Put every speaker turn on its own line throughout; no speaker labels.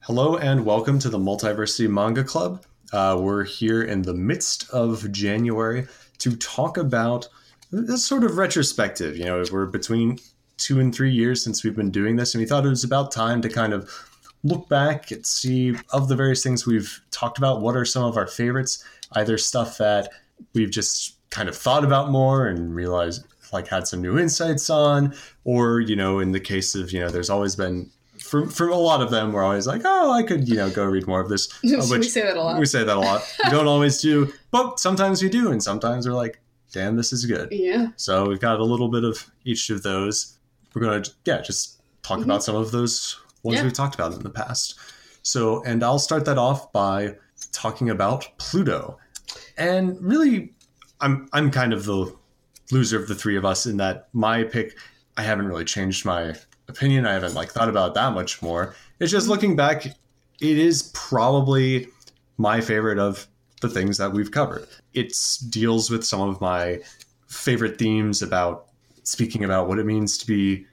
Hello and welcome to the Multiversity Manga Club. Uh, we're here in the midst of January to talk about this sort of retrospective. You know, we're between two and three years since we've been doing this, and we thought it was about time to kind of look back and see of the various things we've talked about, what are some of our favorites, either stuff that we've just kind of thought about more and realized like had some new insights on, or, you know, in the case of, you know, there's always been from from a lot of them, we're always like, oh, I could you know go read more of this. of
we say that a lot.
we say that a lot. we don't always do, but sometimes we do, and sometimes we're like, damn, this is good.
yeah.
So we've got a little bit of each of those. We're gonna yeah just talk about some of those ones
Mm-hmm. Yeah.
we've talked about in the past. So and I'll start that off by talking about Pluto, and really, I'm I'm kind of the loser of the three of us in that my pick I haven't really changed my opinion. I haven't like thought about it that much more. It's just looking back, it is probably my favorite of the things that we've covered. It deals with some of my favorite themes about speaking about what it means to be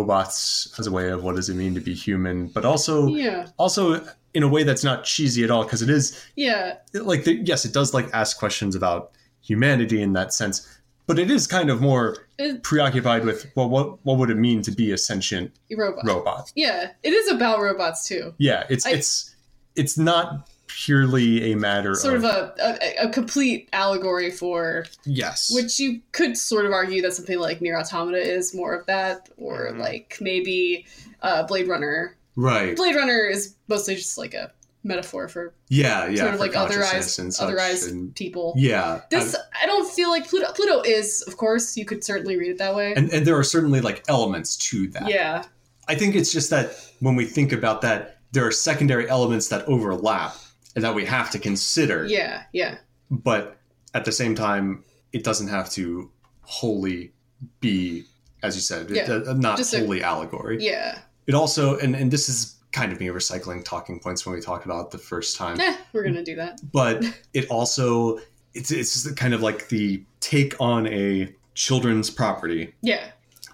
robots as a way of what does it mean to be human, but also
Yeah.
also in a way that's not cheesy at all because it is
Yeah.
like the, yes it does like ask questions about humanity in that sense but it is kind of more
It-
preoccupied with well what what would it mean to be a sentient
Robot.
robot
Yeah. It is about robots too.
yeah it's
I-
it's it's not purely a matter
Sort of a, a a complete allegory for
yes
which you could sort of argue that something like Near Automata is more of that, or
Mhm.
like maybe uh, Blade Runner.
right
Blade Runner is mostly just like a metaphor for
yeah yeah
sort of
for
like
consciousness
otherized
and such
otherized
and-
people.
yeah
This I don't feel like Pluto. Pluto is, of course, you could certainly read it that way.
and and there are certainly like elements to that
yeah,
I think it's just that when we think about that, there are secondary elements that overlap and that we have to consider.
yeah, yeah,
But at the same time, it doesn't have to wholly be, as you said, it- uh, not
Just a-
wholly allegory.
yeah.
It also, and, and this is kind of me recycling talking points when we talked about it the first time,
Eh, we're gonna do that.
but it also, it's, it's just kind of like the take on a children's property,
Yeah,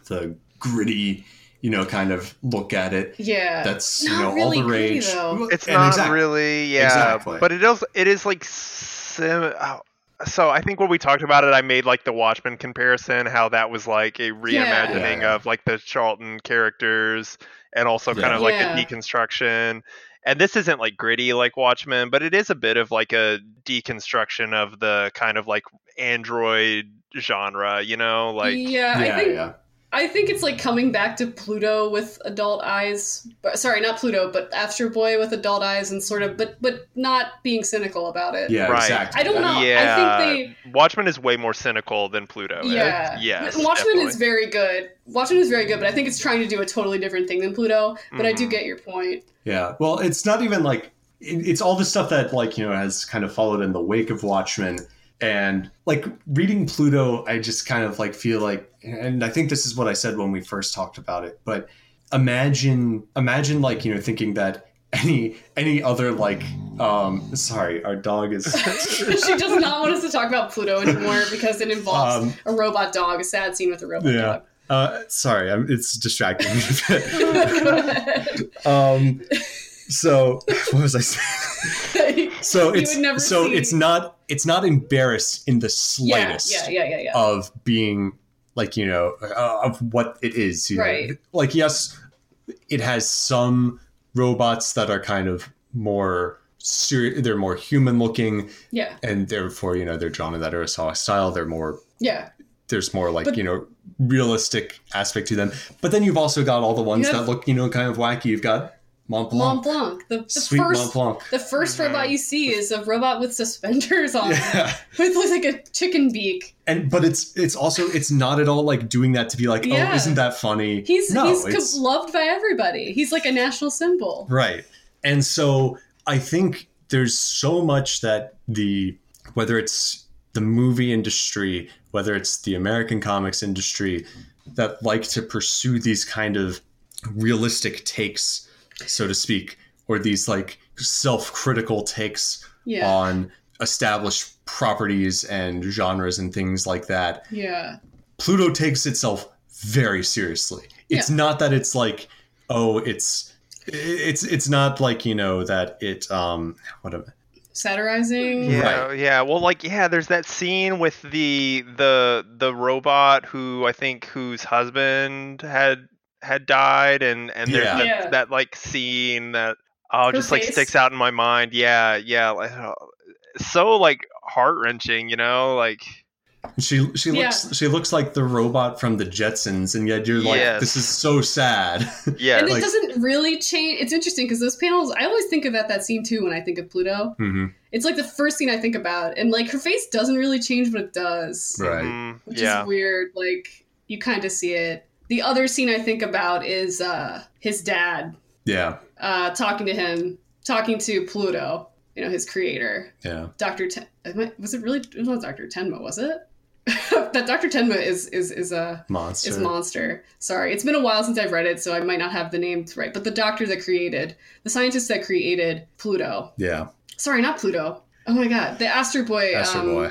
the gritty, you know, kind of look at it
yeah.
that's
Not
you know
really
all the
gritty,
rage.
though.
It's
And
not
exact-
really, yeah.
Exactly.
But it is, it is like sim. oh, So I think when we talked about it, I made like the Watchmen comparison, how that was like a reimagining
Yeah.
of like the Charlton characters, and also kind
Yeah.
of like
Yeah.
a deconstruction. And this isn't like gritty like Watchmen, but it is a bit of like a deconstruction of the kind of like android genre, you know, like
yeah,
yeah,
I think
yeah,
I think it's like coming back to Pluto with adult eyes. but- Sorry, not Pluto, but Astro Boy with adult eyes and sort of, but but not being cynical about it.
yeah,
Right.
exactly.
I don't know. I
Yeah.
think
Watchmen is way more cynical than Pluto. is.
they. Yeah.
Yes.
Watchmen
definitely.
is very good. Watchmen is very good, but I think it's trying to do a totally different thing than Pluto. But I do
Mhm.
get your point.
Yeah, well, it's not even like it- it's all the stuff that like you know has kind of followed in the wake of Watchmen, and like reading Pluto, I just kind of like feel like, and I think this is what I said when we first talked about it, but imagine imagine like you know thinking that any any other like um sorry our dog is
she does not want us to talk about Pluto anymore because it involves
um
a robot dog, a sad scene with a robot
Yeah.
dog.
uh sorry I'm, it's distracting me a bit.
Go ahead.
Um, so what was I saying? So
You
it's
would never
so
see-
it's not it's not embarrassed in the
yeah,
slightest Uh,
yeah, yeah, yeah, yeah.
of being like you know uh, of what it is. You know?
Right.
Like yes, it has some robots that are kind of more serious. They're more human looking,
yeah,
and therefore you know they're drawn in that Urasawa style. They're more
yeah.
there's more like
But-
you know realistic aspect to them. But then you've also got all the ones
You have-
that look you know kind of wacky. You've got Mont Blanc.
Mont Blanc. The, the
Sweet
first
Mont Blanc.
the 1st
Mhm.
robot you see is a robot with suspenders on,
Yeah.
with looks like a chicken beak.
And but it's it's also it's not at all like doing that to be like,
Yeah.
oh, isn't that funny?
He's
no,
he's
it's-
com- loved by everybody. He's like a national symbol.
right. And so I think there's so much that the whether it's the movie industry, whether it's the American comics industry that like to pursue these kind of realistic takes, so to speak, or these like self-critical takes
Yeah,
on established properties and genres and things like that.
yeah,
Pluto takes itself very seriously. It's not that it's like, oh, it's it's it's not like you know that it um what am-
satirizing.
Yeah.
Yeah, yeah. Well, like, yeah. There's that scene with the the the robot who I think whose husband had had died, and and there's
Yeah.
that,
Yeah.
that like scene that oh
Her
just like
face.
sticks out in my mind. Yeah, yeah. like, oh, So like heart wrenching, you know, like
she she looks she looks like the robot from the Jetsons, and yet you're like
Yes.
this is so sad.
yeah.
And it
like-
doesn't really change. It's interesting because those panels, I always think about that scene too when I think of Pluto.
mm-hmm.
It's like the first thing I think about, and like her face doesn't really change, but it does,
Right.
Mm,
which
yeah.
is weird. Like you kind of see it. The other scene I think about is uh, his dad
Yeah.
uh, talking to him, talking to Pluto, you know, his creator,
Yeah.
Doctor. Ten- am I- was it really? It was not Doctor Tenma, was it? that Doctor Tenma is is is a. Uh,
Monster.
is Monster. Sorry, it's been a while since I've read it, so I might not have the names right. But the doctor that created, the scientist that created Pluto.
yeah.
Sorry, not Pluto. Oh my God, the Astro Boy.
Astro
um,
Boy.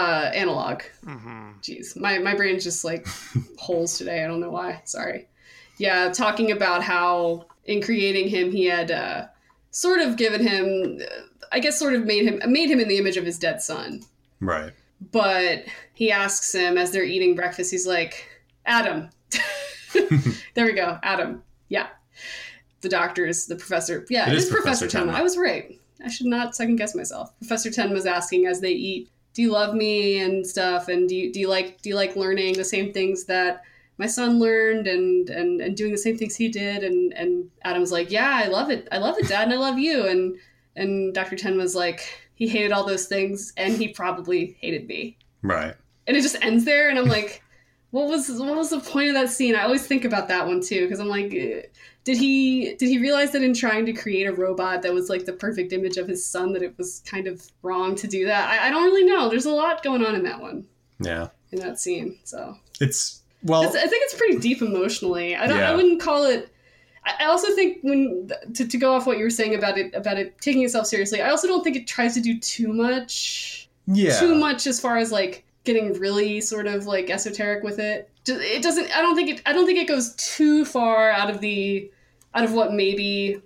Uh, analog.
hmm
Jeez, my my brain's just like holes today. I don't know why. Sorry. Yeah, talking about how in creating him, he had uh, sort of given him, uh, I guess, sort of made him made him in the image of his dead son.
Right.
But he asks him as they're eating breakfast, he's like, Adam. there we go, Adam. Yeah. The doctor is the professor. Yeah, it is, Professor Tenma. I was right. I should not second guess myself. Professor Tenma was asking as they eat, Do you love me and stuff? And do you, do you like do you like learning the same things that my son learned and, and, and doing the same things he did and, and Adam's like, Yeah, I love it. I love it, Dad, and I love you and and Dr. Ten was like, he hated all those things and he probably hated me.
Right.
And it just ends there and I'm like, what was what was the point of that scene? I always think about that one too because I'm like, eh, did he did he realize that in trying to create a robot that was like the perfect image of his son that it was kind of wrong to do that? I, I don't really know. There's a lot going on in that one
Yeah.
in that scene. So
It's well.
it's, I think it's pretty deep emotionally. I don't.
Yeah.
I wouldn't call it. I I also think when to, to go off what you were saying about it about it taking itself seriously, I also don't think it tries to do too much.
yeah.
Too much as far as like getting really sort of like esoteric with it. Ju- It doesn't. I don't think it. I don't think it goes too far out of the out of what maybe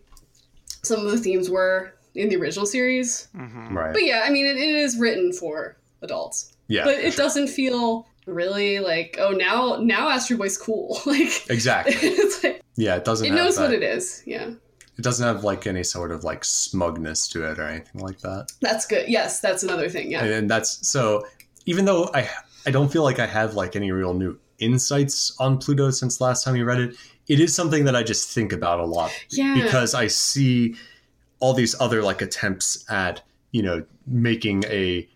some of the themes were in the original series.
hmm
Right.
But yeah, I mean, it, it is written for adults
yeah.
but it doesn't feel really like oh now now Astro Boy's cool like
Exactly.
it's like
Yeah. It doesn't.
it
have
knows what
that-
it is yeah
It doesn't have like any sort of like smugness to it or anything like that.
that's good yes that's another thing yeah
And, and that's so. Even though I I don't feel like I have like any real new insights on Pluto since last time we read it, it is something that I just think about a lot
yeah
because I see all these other like attempts at you know making a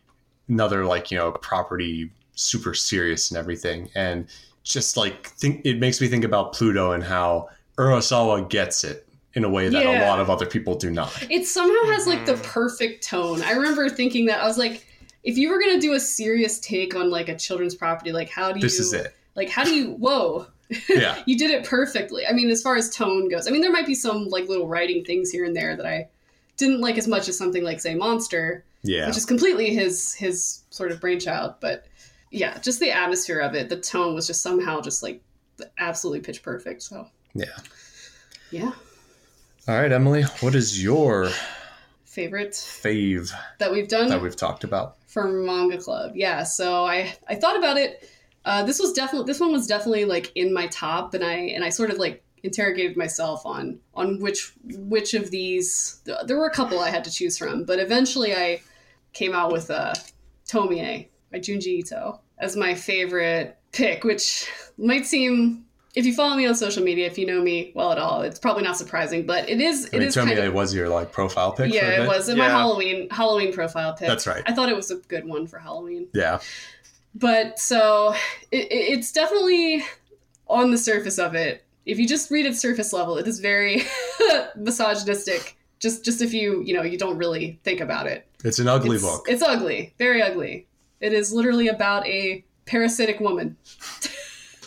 another like you know property super serious and everything and just like think it makes me think about Pluto and how Urasawa gets it in a way that a
Yeah.
lot of other people do not.
it somehow has like the
Mhm.
perfect tone I remember thinking that I was like if you were gonna do a serious take on like a children's property like how do
This
you
is it.
like how do you whoa
Yeah.
you did it perfectly I mean as far as tone goes I mean there might be some like little writing things here and there that I didn't like as much as something like say Monster
Yeah.
which is completely his his sort of brainchild. But yeah, just the atmosphere of it, the tone was just somehow just like absolutely pitch perfect. So
Yeah.
yeah,
All right, Emily, what is your
favorite
fave
that we've done
that we've talked about?
for Manga Club. Yeah, so I I thought about it. Uh, this was definitely this one was definitely like in my top, and I and I sort of like interrogated myself on on which which of these there were a couple I had to choose from, but eventually I came out with uh, Tomie by Junji Ito as my favorite pick, which might seem if you follow me on social media, if you know me well at all, it's probably not surprising, but it is
I
it
mean,
is
tell me
kind
it
of
was your like profile pic. for a
yeah,
bit.
it was in my
Yeah.
Halloween Halloween profile pic.
That's right.
I thought it was a good one for Halloween.
Yeah.
But so it, it- it's definitely on the surface of it. If you just read it surface level, it is very misogynistic. Just just if you you know you don't really think about it.
It's an ugly
it's,
book.
It's ugly, very ugly. It is literally about a parasitic woman.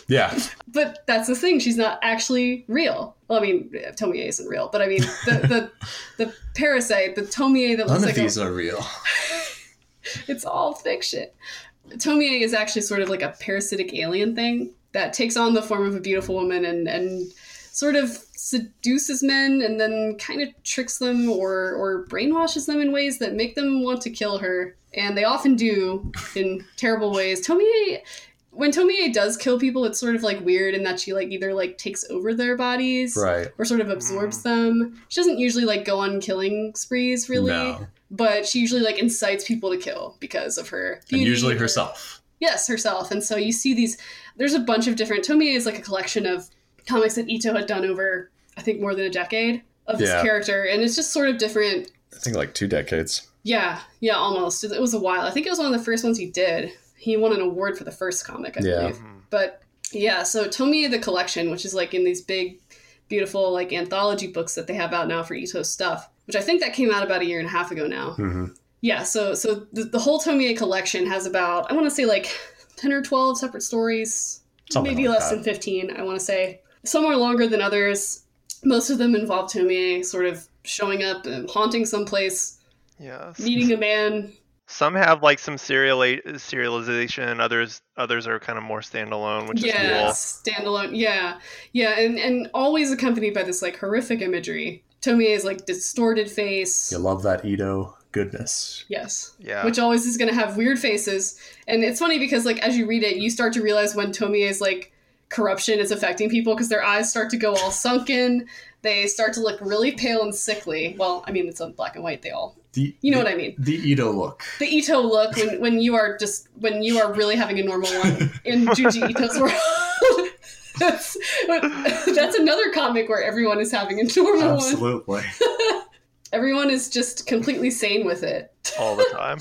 Yeah.
But that's the thing; she's not actually real. Well, I mean, Tomie isn't real, but I mean the the, the parasite, the Tomie that looks
None
like
of
a-
these are real.
it's all fiction. Tomie is actually sort of like a parasitic alien thing that takes on the form of a beautiful woman and and sort of seduces men and then kind of tricks them or or brainwashes them in ways that make them want to kill her, and they often do in terrible ways. Tomie when Tomie does kill people, it's sort of like weird in that she like either like takes over their bodies
Right. Mm.
or sort of absorbs them. She doesn't usually like go on killing sprees really,
No.
but she usually like incites people to kill because of her
And
beauty,
usually
her-
herself.
Yes, herself. And so you see these. There's a bunch of different. Tomie is like a collection of comics that Ito had done over, I think, more than a decade of this
Yeah.
character, and it's just sort of different.
I think like two decades.
Yeah, yeah, almost. It was a while. I think it was one of the first ones he did. He won an award for the first comic, I
Yeah.
believe.
Mhm.
But yeah, so Tomi the Collection, which is like in these big, beautiful like anthology books that they have out now for Ito's stuff, which I think that came out about a year and a half ago now.
hmm
Yeah, so so the, the whole Tomie collection has about I want to say like ten or twelve separate stories,
Something
maybe
like
less
that.
than fifteen. I want to say some are longer than others. Most of them involve Tomie sort of showing up and haunting someplace,
Yes.
meeting a man.
Some have like some serial serialization. Others others are kind of more standalone, which
yeah,
is
standalone. Yeah, yeah, and and always accompanied by this like horrific imagery. Tomie's like distorted face.
You love that Ito goodness.
Yes.
cool. Yeah.
which always is going to have weird faces. And it's funny because, like, as you read it, you start to realize when Tomie's like corruption is affecting people because their eyes start to go all sunken. They start to look really pale and sickly. Well, I mean, it's on black and white. They all,
The,
you know
the,
what I mean.
The Ito look.
The Ito look when, when you are just when you are really having a normal one in Juji Ito's world. that's, that's another comic where everyone is having a normal one.
Absolutely.
Everyone is just completely sane with it.
all the time.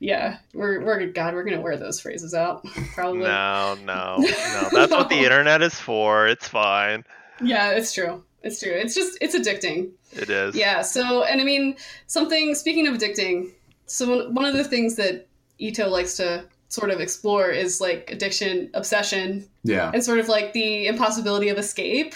Yeah, we're we're God. We're gonna wear those phrases out, probably.
No, no, no. That's what the internet is for. It's fine.
Yeah, it's true. It's true. It's just it's addicting.
It is.
Yeah. So, and I mean, something. Speaking of addicting, so one- one of the things that Ito likes to sort of explore is like addiction, obsession,
Yeah.
and sort of like the impossibility of escape,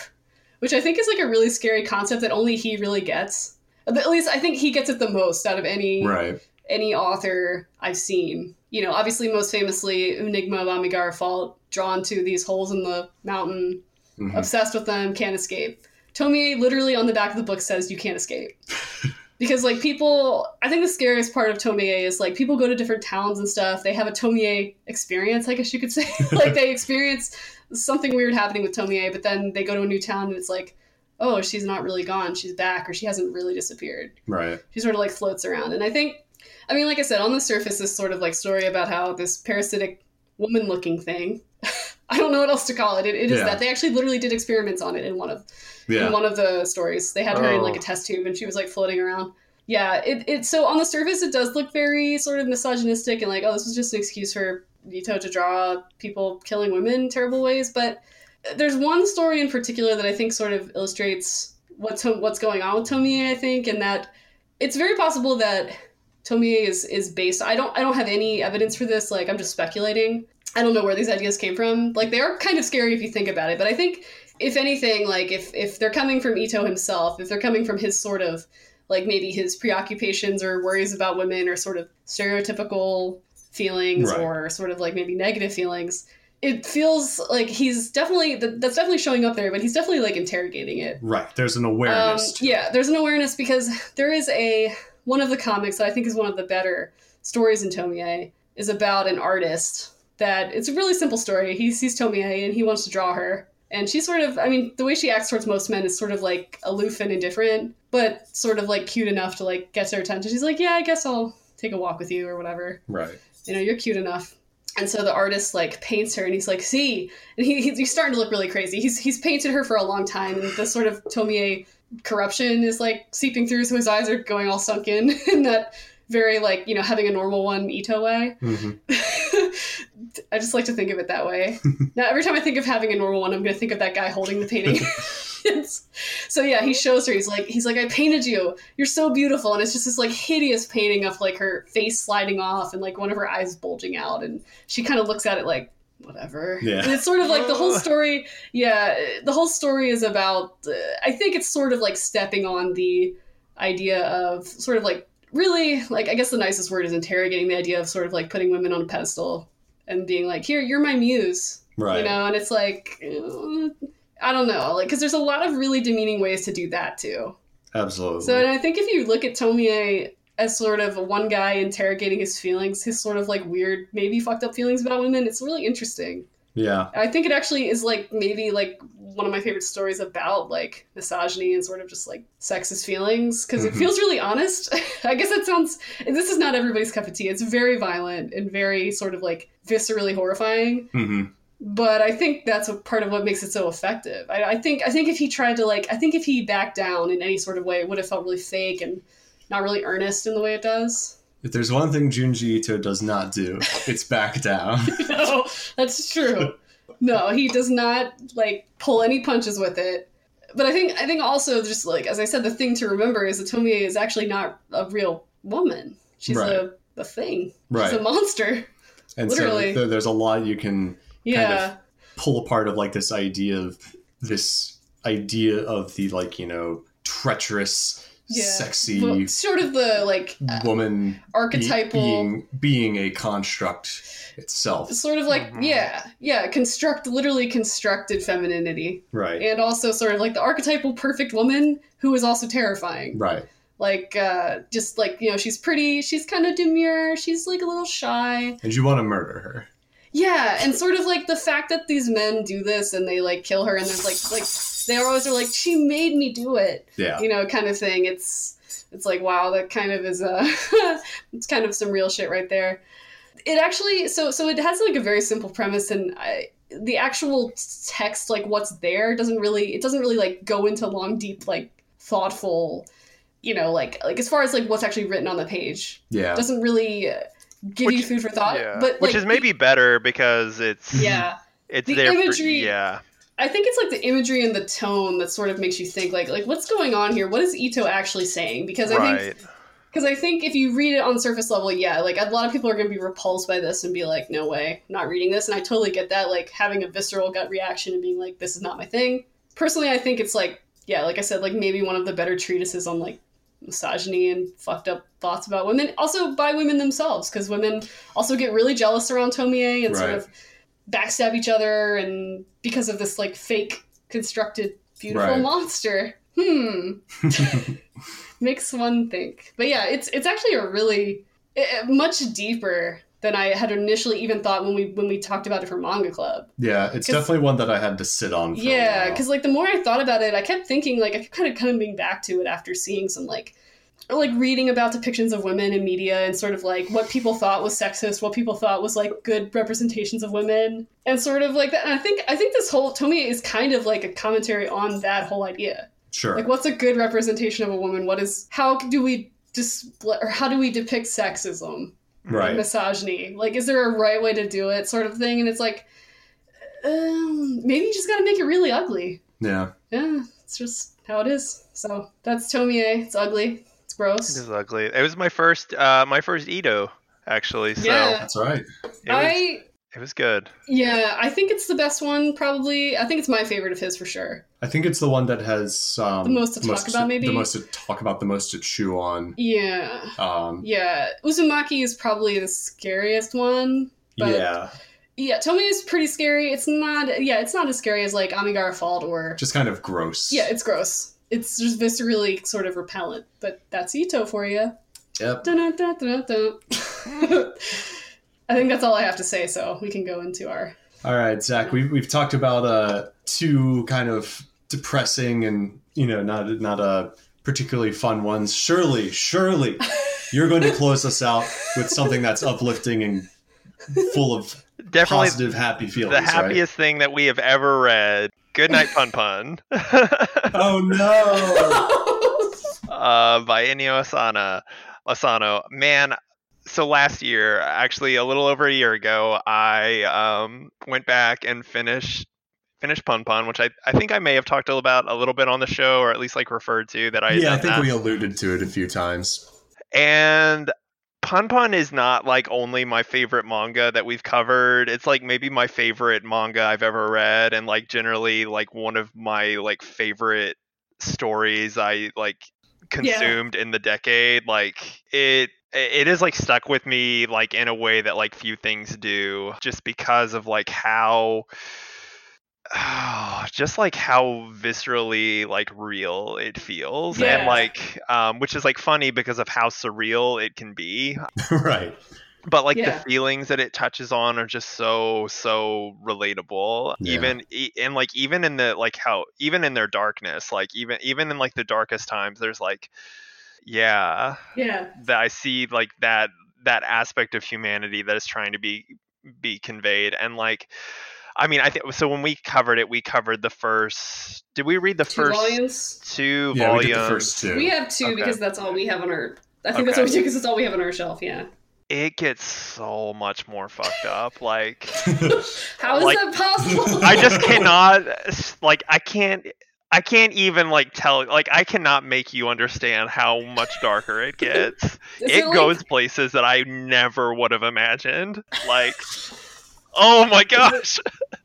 which I think is like a really scary concept that only he really gets. At least I think he gets it the most out of any
Right.
any author I've seen. You know, obviously, most famously, Enigma of Amigara Fault, drawn to these holes in the mountain,
Mhm.
obsessed with them, can't escape. Tomie literally on the back of the book says, You can't escape. because, like, people, I think the scariest part of Tomie is, like, people go to different towns and stuff. They have a Tomie experience, I guess you could say. like, they experience something weird happening with Tomie, but then they go to a new town and it's like, Oh, she's not really gone. She's back, or she hasn't really disappeared
Right.
she sort of like floats around and i think i mean like i said on the surface this sort of like story about how this parasitic woman looking thing i don't know what else to call it it, it is
Yeah.
that they actually literally did experiments on it in one of in
Yeah.
one of the stories they had her in
Oh.
like a test tube and she was like floating around yeah it, it so on the surface it does look very sort of misogynistic and like oh this was just an excuse for Nito to draw people killing women in terrible ways but there's one story in particular that I think sort of illustrates what's what's going on with Tomie, I think, and that it's very possible that Tomie is is based. I don't I don't have any evidence for this. Like I'm just speculating. I don't know where these ideas came from. Like they are kind of scary if you think about it, but I think if anything, like if if they're coming from Ito himself, if they're coming from his sort of like maybe his preoccupations or worries about women or sort of stereotypical feelings
Right.
or sort of like maybe negative feelings it feels like he's definitely th- that's definitely showing up there but he's definitely like interrogating it
Right. There's an
um,
awareness. to it.
yeah there's an awareness because there is a one of the comics that i think is one of the better stories in tomie is about an artist that it's a really simple story he sees tomie and he wants to draw her and she's sort of i mean the way she acts towards most men is sort of like aloof and indifferent but sort of like cute enough to like get their attention she's like yeah i guess i'll take a walk with you or whatever
Right.
you know, you're cute enough. And so the artist like paints her, and he's like, "See," and he, he- he's starting to look really crazy. He's he's painted her for a long time, and the sort of Tomie corruption is like seeping through, so his eyes are going all sunken in that very like you know having a normal one Ito way.
hmm
I just like to think of it that way. now every time I think of having a normal one, I'm going to think of that guy holding the painting. It's- so yeah, he shows her. He's like he's like, "I painted you. You're so beautiful," and it's just this like hideous painting of like her face sliding off and like one of her eyes bulging out, and she kind of looks at it like whatever.
Yeah.
And it's sort of like the whole
Ugh.
story. Yeah, the whole story is about. Uh, I think it's sort of like stepping on the idea of sort of like really like I guess the nicest word is interrogating the idea of sort of like putting women on a pedestal and being like, "Here, you're my muse,"
Right.
you know, and it's like. uh, I don't know, like because there's a lot of really demeaning ways to do that too.
Absolutely.
So and I think if you look at Tomie as sort of one guy interrogating his feelings, his sort of like weird, maybe fucked up feelings about women, it's really interesting.
yeah.
I think it actually is like maybe like one of my favorite stories about like misogyny and sort of just like sexist feelings because
Mhm.
it feels really honest. I guess that sounds this is not everybody's cup of tea. It's very violent and very sort of like viscerally horrifying.
hmm
But I think that's a part of what makes it so effective. I, I think I think if he tried to like I think if he backed down in any sort of way, it would have felt really fake and not really earnest in the way it does.
If there's one thing Junji Ito does not do, it's back down.
no, that's true. No, he does not like pull any punches with it. But I think I think also just like as I said, the thing to remember is that Tomie is actually not a real woman. She's a, a thing.
Right.
She's a monster.
and
literally.
so th- there's a lot you can
Yeah.
pull apart of like this idea of this idea of the like, you know, treacherous,
Yeah.
sexy
Well, sort of the like uh,
woman be-
archetypal
being being a construct itself.
sort of like
Mhm.
yeah yeah construct literally constructed femininity
Right.
and also sort of like the archetypal perfect woman who is also terrifying
right.
like uh just like you know she's pretty she's kind of demure she's like a little shy
And you want to murder her.
yeah and sort of like the fact that these men do this and they like kill her and there's like like they always are like she made me do it
Yeah.
you know kind of thing it's it's like wow that kind of is uh it's kind of some real shit right there it actually so so it has like a very simple premise and I, the actual text like what's there doesn't really it doesn't really like go into long deep like thoughtful you know like like as far as like what's actually written on the page
Yeah.
doesn't really uh, give you
Which-
food for thought
yeah.
but like,
which is maybe better because it's
yeah
it's
The
there for,
imagery-
yeah
I think it's like the imagery and the tone that sort of makes you think like like what's going on here? What is Ito actually saying? Because I think
right
because I think if you read it on surface level, yeah, like a lot of people are going to be repulsed by this and be like, no way, I'm not reading this. And I totally get that, like having a visceral gut reaction and being like, this is not my thing. Personally, I think it's like, yeah, like I said, like maybe one of the better treatises on like misogyny and fucked up thoughts about women, also by women themselves, because women also get really jealous around Tomie and sort
Right.
of backstab each other and because of this like fake constructed beautiful
Right.
monster. Hmm makes one think. But yeah, it's it's actually a really i- i- much deeper than I had initially even thought when we when we talked about it for Manga Club.
yeah. It's
'Cause-
definitely one that I had to sit on. For a
Yeah,
while.
because like the more I thought about it, I kept thinking like I kept kind of coming back to it after seeing some like or like reading about depictions of women in media and sort of like what people thought was sexist, what people thought was like good representations of women, and sort of like that. And I think I think this whole Tomie is kind of like a commentary on that whole idea.
sure.
Like, what's a good representation of a woman? What is how do we display or how do we depict sexism,
right.
misogyny? Like, is there a right way to do it, sort of thing? And it's like, um, maybe you just got to make it really ugly.
Yeah.
Yeah, it's just how it is. So that's Tomie. eh? It's ugly. It's
It
gross.
was ugly. It was my first, uh, my first Edo actually. So
Yeah.
That's right.
it, was,
I
it was good.
yeah, I think it's the best one probably. I think it's my favorite of his for sure.
I think it's the one that has um,
The most to talk about, maybe?
the most to talk about, the most to chew on.
Yeah.
Um,
Yeah, Uzumaki is probably the scariest one. But
yeah,
Yeah, Tomy is pretty scary. It's not yeah, it's not as scary as like Amigara Fault or
just kind of gross.
Yeah, it's gross. It's just viscerally sort of repellent, but that's Ito for you.
Yep.
I think that's all I have to say, so we can go into our
All right, Zach. We've we've talked about uh two kind of depressing and you know not not a particularly fun ones. Surely, surely, you're going to close us out with something that's uplifting and full of
Definitely
positive, happy feelings.
the
right?
happiest thing that we have ever read. Good night, Pun Pun,
Oh no!
uh, by Inyo Asana. Asano, man. So last year, actually a little over a year ago, I um, went back and finished finished Pun Pun, which I, I think I may have talked about a little bit on the show, or at least like referred to that I had
yeah, I
done
think
that.
we alluded to it a few times.
And Pon Pon is not like only my favorite manga that we've covered. It's like maybe my favorite manga I've ever read and like generally like one of my like favorite stories I like consumed in the decade. Like it it is like stuck with me like in a way that like few things do just because of like how oh, just like how viscerally like real it feels
Yeah.
and like um which is like funny because of how surreal it can be
right.
but like
Yeah.
the feelings that it touches on are just so so relatable
Yeah.
even e- and like even in the like how even in their darkness like even even in like the darkest times there's like yeah
Yeah.
that I see like that that aspect of humanity that is trying to be be conveyed and like I mean I think so when we covered it we covered the first did we read the
Two
first
volumes.
two
Yeah,
volumes
we did the first two.
We have two
Okay.
because that's all we have on our. I think that's
Okay.
what we do because that's all we have on our shelf. Yeah.
it gets so much more fucked up like
How is
Like-
that possible?
I just cannot like I can't I can't even like tell like I cannot make you understand how much darker it gets.
Is
it
like-
goes places that I never would have imagined. Like oh my gosh.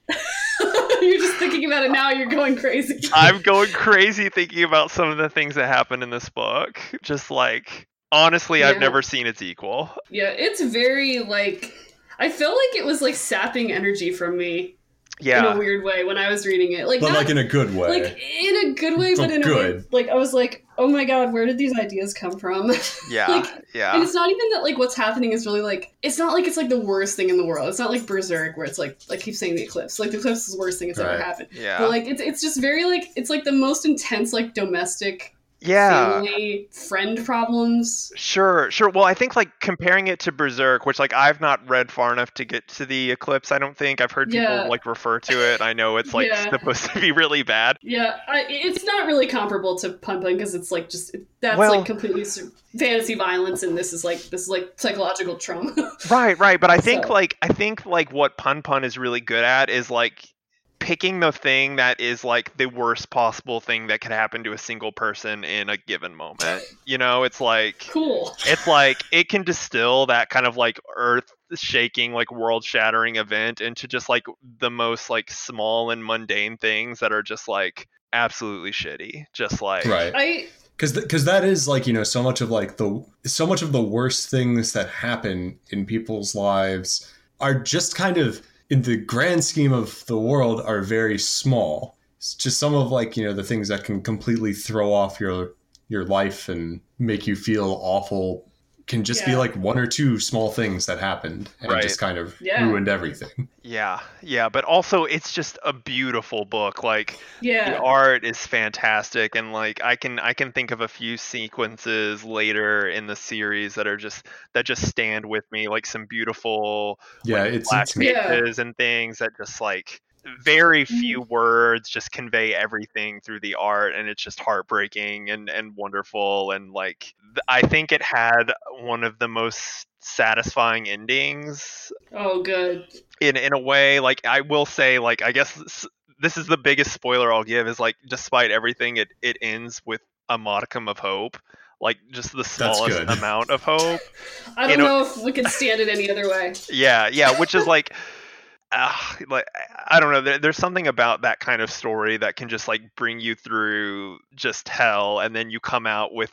you're just thinking about it now. You're going crazy.
I'm going crazy thinking about some of the things that happen in this book. Just like honestly, I've
Yeah.
never seen its equal.
yeah, it's very like. I feel like it was like sapping energy from me in a
Yeah.
weird way when I was reading it. Like,
But
not,
like in a good way.
like in a good way,
But
but in a
good.
way, like I was like, oh my god, where did these ideas come from?
Yeah.
like, And
yeah.
it's not even that like what's happening is really like it's not like it's like the worst thing in the world. It's not like Berserk where it's like I keep saying the eclipse. Like the eclipse is the worst thing that's
Right.
ever happened.
Yeah.
But like it's it's just very like it's like the most intense like domestic
yeah.
family friend problems.
Sure, sure. Well, I think like comparing it to Berserk, which like I've not read far enough to get to the eclipse. I don't think I've heard people
Yeah.
like refer to it. I know it's like
Yeah.
supposed to be really bad.
Yeah, I, it's not really comparable to Punpun because it's like just that's
Well-
like completely sur- fantasy violence, and this is like this is like psychological trauma.
Right, right. But I think
So-
like I think like what Pun Pun is really good at is like picking the thing that is like the worst possible thing that could happen to a single person in a given moment. You know, it's like
cool.
it's like it can distill that kind of like earth shaking like world shattering event into just like the most like small and mundane things that are just like absolutely shitty just like
right.
I
because because that is like you know so much of like the so much of the worst things that happen in people's lives are just kind of in the grand scheme of the world are very small it's just some of like you know the things that can completely throw off your your life and make you feel awful can just be
Yeah.
like one or two small things that happened and
Right.
just kind of
Yeah.
ruined everything
yeah yeah but also it's just a beautiful book like the
yeah
art is fantastic and like i can i can think of a few sequences later in the series that are just that just stand with me like some beautiful
yeah
like,
it's,
black
it's
Yeah. Mm-hmm.
pages and things that just like very few words just convey everything through the art and it's just heartbreaking and and wonderful and like th- i think it had one of the most satisfying endings
oh good
in in a way like i will say like i guess this, this is the biggest spoiler i'll give is like despite everything it it ends with a modicum of hope like just the smallest
good.
amount of hope
I
You
don't know, if we could stand it any other way.
yeah yeah which is like uh, like i don't know there, there's something about that kind of story that can just like bring you through just hell and then you come out with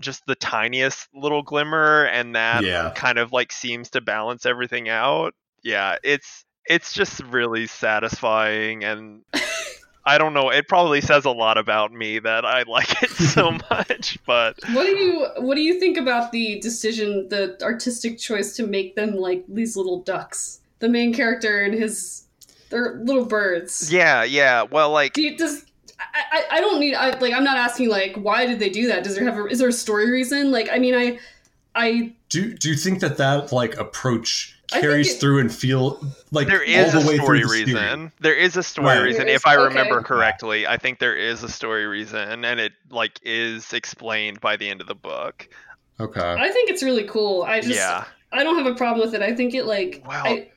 just the tiniest little glimmer and that
yeah
kind of like seems to balance everything out yeah it's it's just really satisfying and i don't know it probably says a lot about me that i like it so much but
What do you what do you think about the decision, the artistic choice to make them like these little ducks? The main character and his they're little birds.
yeah yeah well like
Do you, does I, I I don't need I like I'm not asking like why did they do that? Does there have a is there a story reason? Like I mean I I
Do do you think that that like approach
I think
carries
it-
through and feel like
there is
all
a
the way
story
through the
reason.
series?
There is a story
Right. There
reason,
is-
if I
okay.
remember correctly. I think there is a story reason, and it like is explained by the end of the book.
Okay.
I think it's really cool. I just
yeah,
I don't have a problem with it. I think it like
Wow.
I,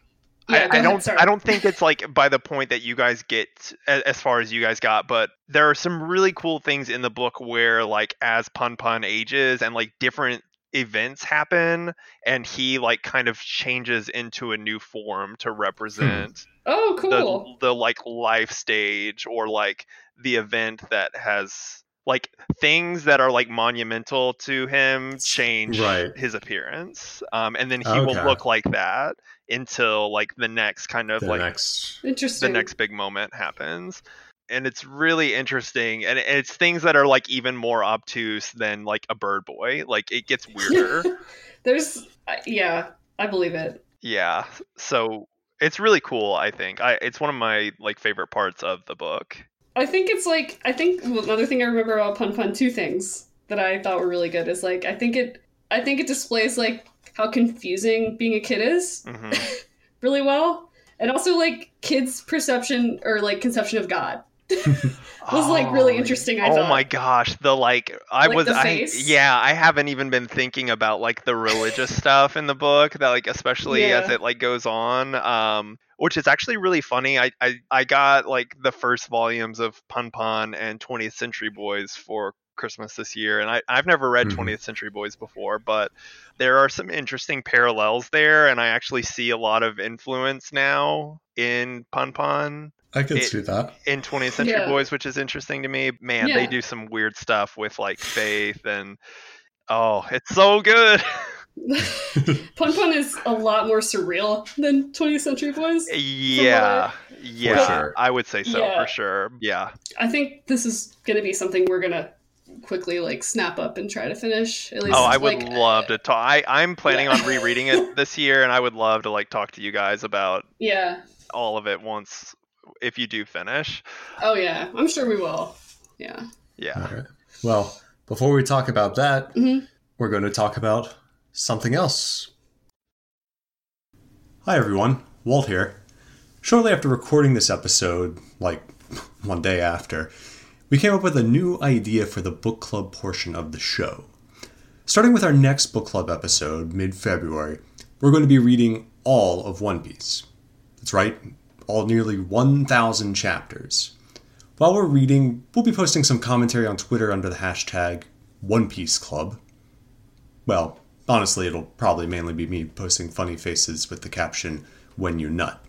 I,
yeah, go
I
ahead,
don't.
sorry.
I don't think it's like by the point that you guys get a- as far as you guys got, but there are some really cool things in the book where like as Pun Pun ages and like different events happen, and he like kind of changes into a new form to represent.
Oh cool.
the the like life stage or like the event that has like things that are like monumental to him change
Right.
his appearance um, and then he
Okay.
will look like that until like the next kind of
the
like
next.
the
Interesting.
next big moment happens and it's really interesting and it's things that are like even more obtuse than like a bird boy like it gets weirder
There's, uh, yeah, I believe it.
yeah so it's really cool i think i it's one of my like favorite parts of the book
I think it's like I think well, another thing I remember about Pun Pun two things that I thought were really good is like I think it I think it displays like how confusing being a kid is
hmm
really well, and also like kids' perception or like conception of God was like really interesting. I
oh
thought.
my gosh the like i
Like
was
the
I,
face?
yeah i haven't even been thinking about like the religious stuff in the book that like especially as
Yeah.
it like goes on um which is actually really funny I, I i got like the first volumes of pun pun and 20th century boys for christmas this year and I, i've never read
Mhm.
20th century boys before but there are some interesting parallels there and i actually see a lot of influence now in pun pun
I could
It-
see that.
in 20th Century
Yeah.
Boys, which is interesting to me. Man,
Yeah.
they do some weird stuff with like faith and oh, it's so good.
Pun Pun is a lot more surreal than 20th Century Boys.
yeah, yeah,
sure.
I would say so
Yeah.
for sure. Yeah,
I think this is going to be something we're going to quickly like snap up and try to finish. At least,
oh, I would
like,
love to talk. I I'm planning
Yeah.
on rereading it this year, and I would love to like talk to you guys about
Yeah.
all of it once if you do finish.
Oh yeah. I'm sure we will. Yeah.
All
Yeah.
right. Well, before we talk about that,
Mhm.
we're going to talk about something else. Hi, everyone. Walt here. Shortly after recording this episode, like one day after, we came up with a new idea for the book club portion of the show. Starting with our next book club episode, mid February, we're going to be reading all of One Piece. That's right, all nearly 1,000 chapters. While we're reading, we'll be posting some commentary on Twitter under the hashtag One Piece Club. Well, honestly, it'll probably mainly be me posting funny faces with the caption, When You Nut.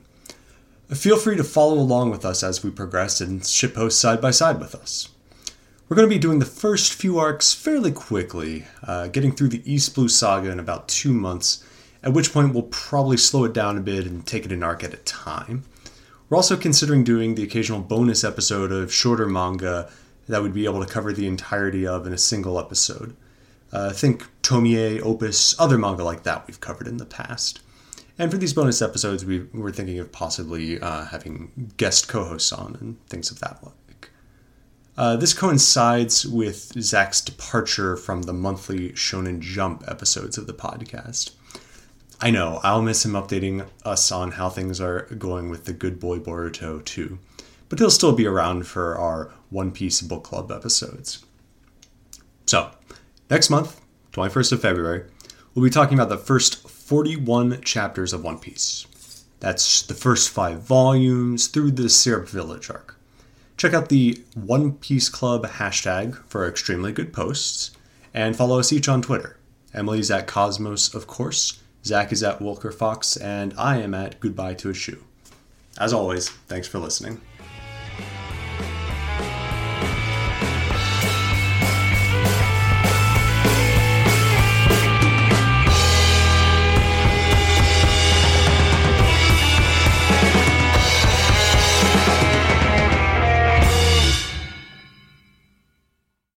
Feel free to follow along with us as we progress and shitpost side by side with us. We're going to be doing the first few arcs fairly quickly, uh, getting through the East Blue Saga in about two months, at which point we'll probably slow it down a bit and take it an arc at a time. We're also considering doing the occasional bonus episode of shorter manga that would be able to cover the entirety of in a single episode. Uh, think Tomie, Opus, other manga like that we've covered in the past. And for these bonus episodes, we were thinking of possibly uh, having guest co hosts on and things of that like. Uh, this coincides with Zach's departure from the monthly Shonen Jump episodes of the podcast. I know. I'll miss him updating us on how things are going with the good boy Boruto too. But he'll still be around for our One Piece book club episodes. So, next month, 21st of February, we'll be talking about the first 41 chapters of One Piece. That's the first five volumes through the Syrup Village arc. Check out the One Piece Club hashtag for extremely good posts, and follow us each on Twitter. Emily's at Cosmos, of course. Zach is at Wilker Fox, and I am at Goodbye to a Shoe. As always, thanks for listening.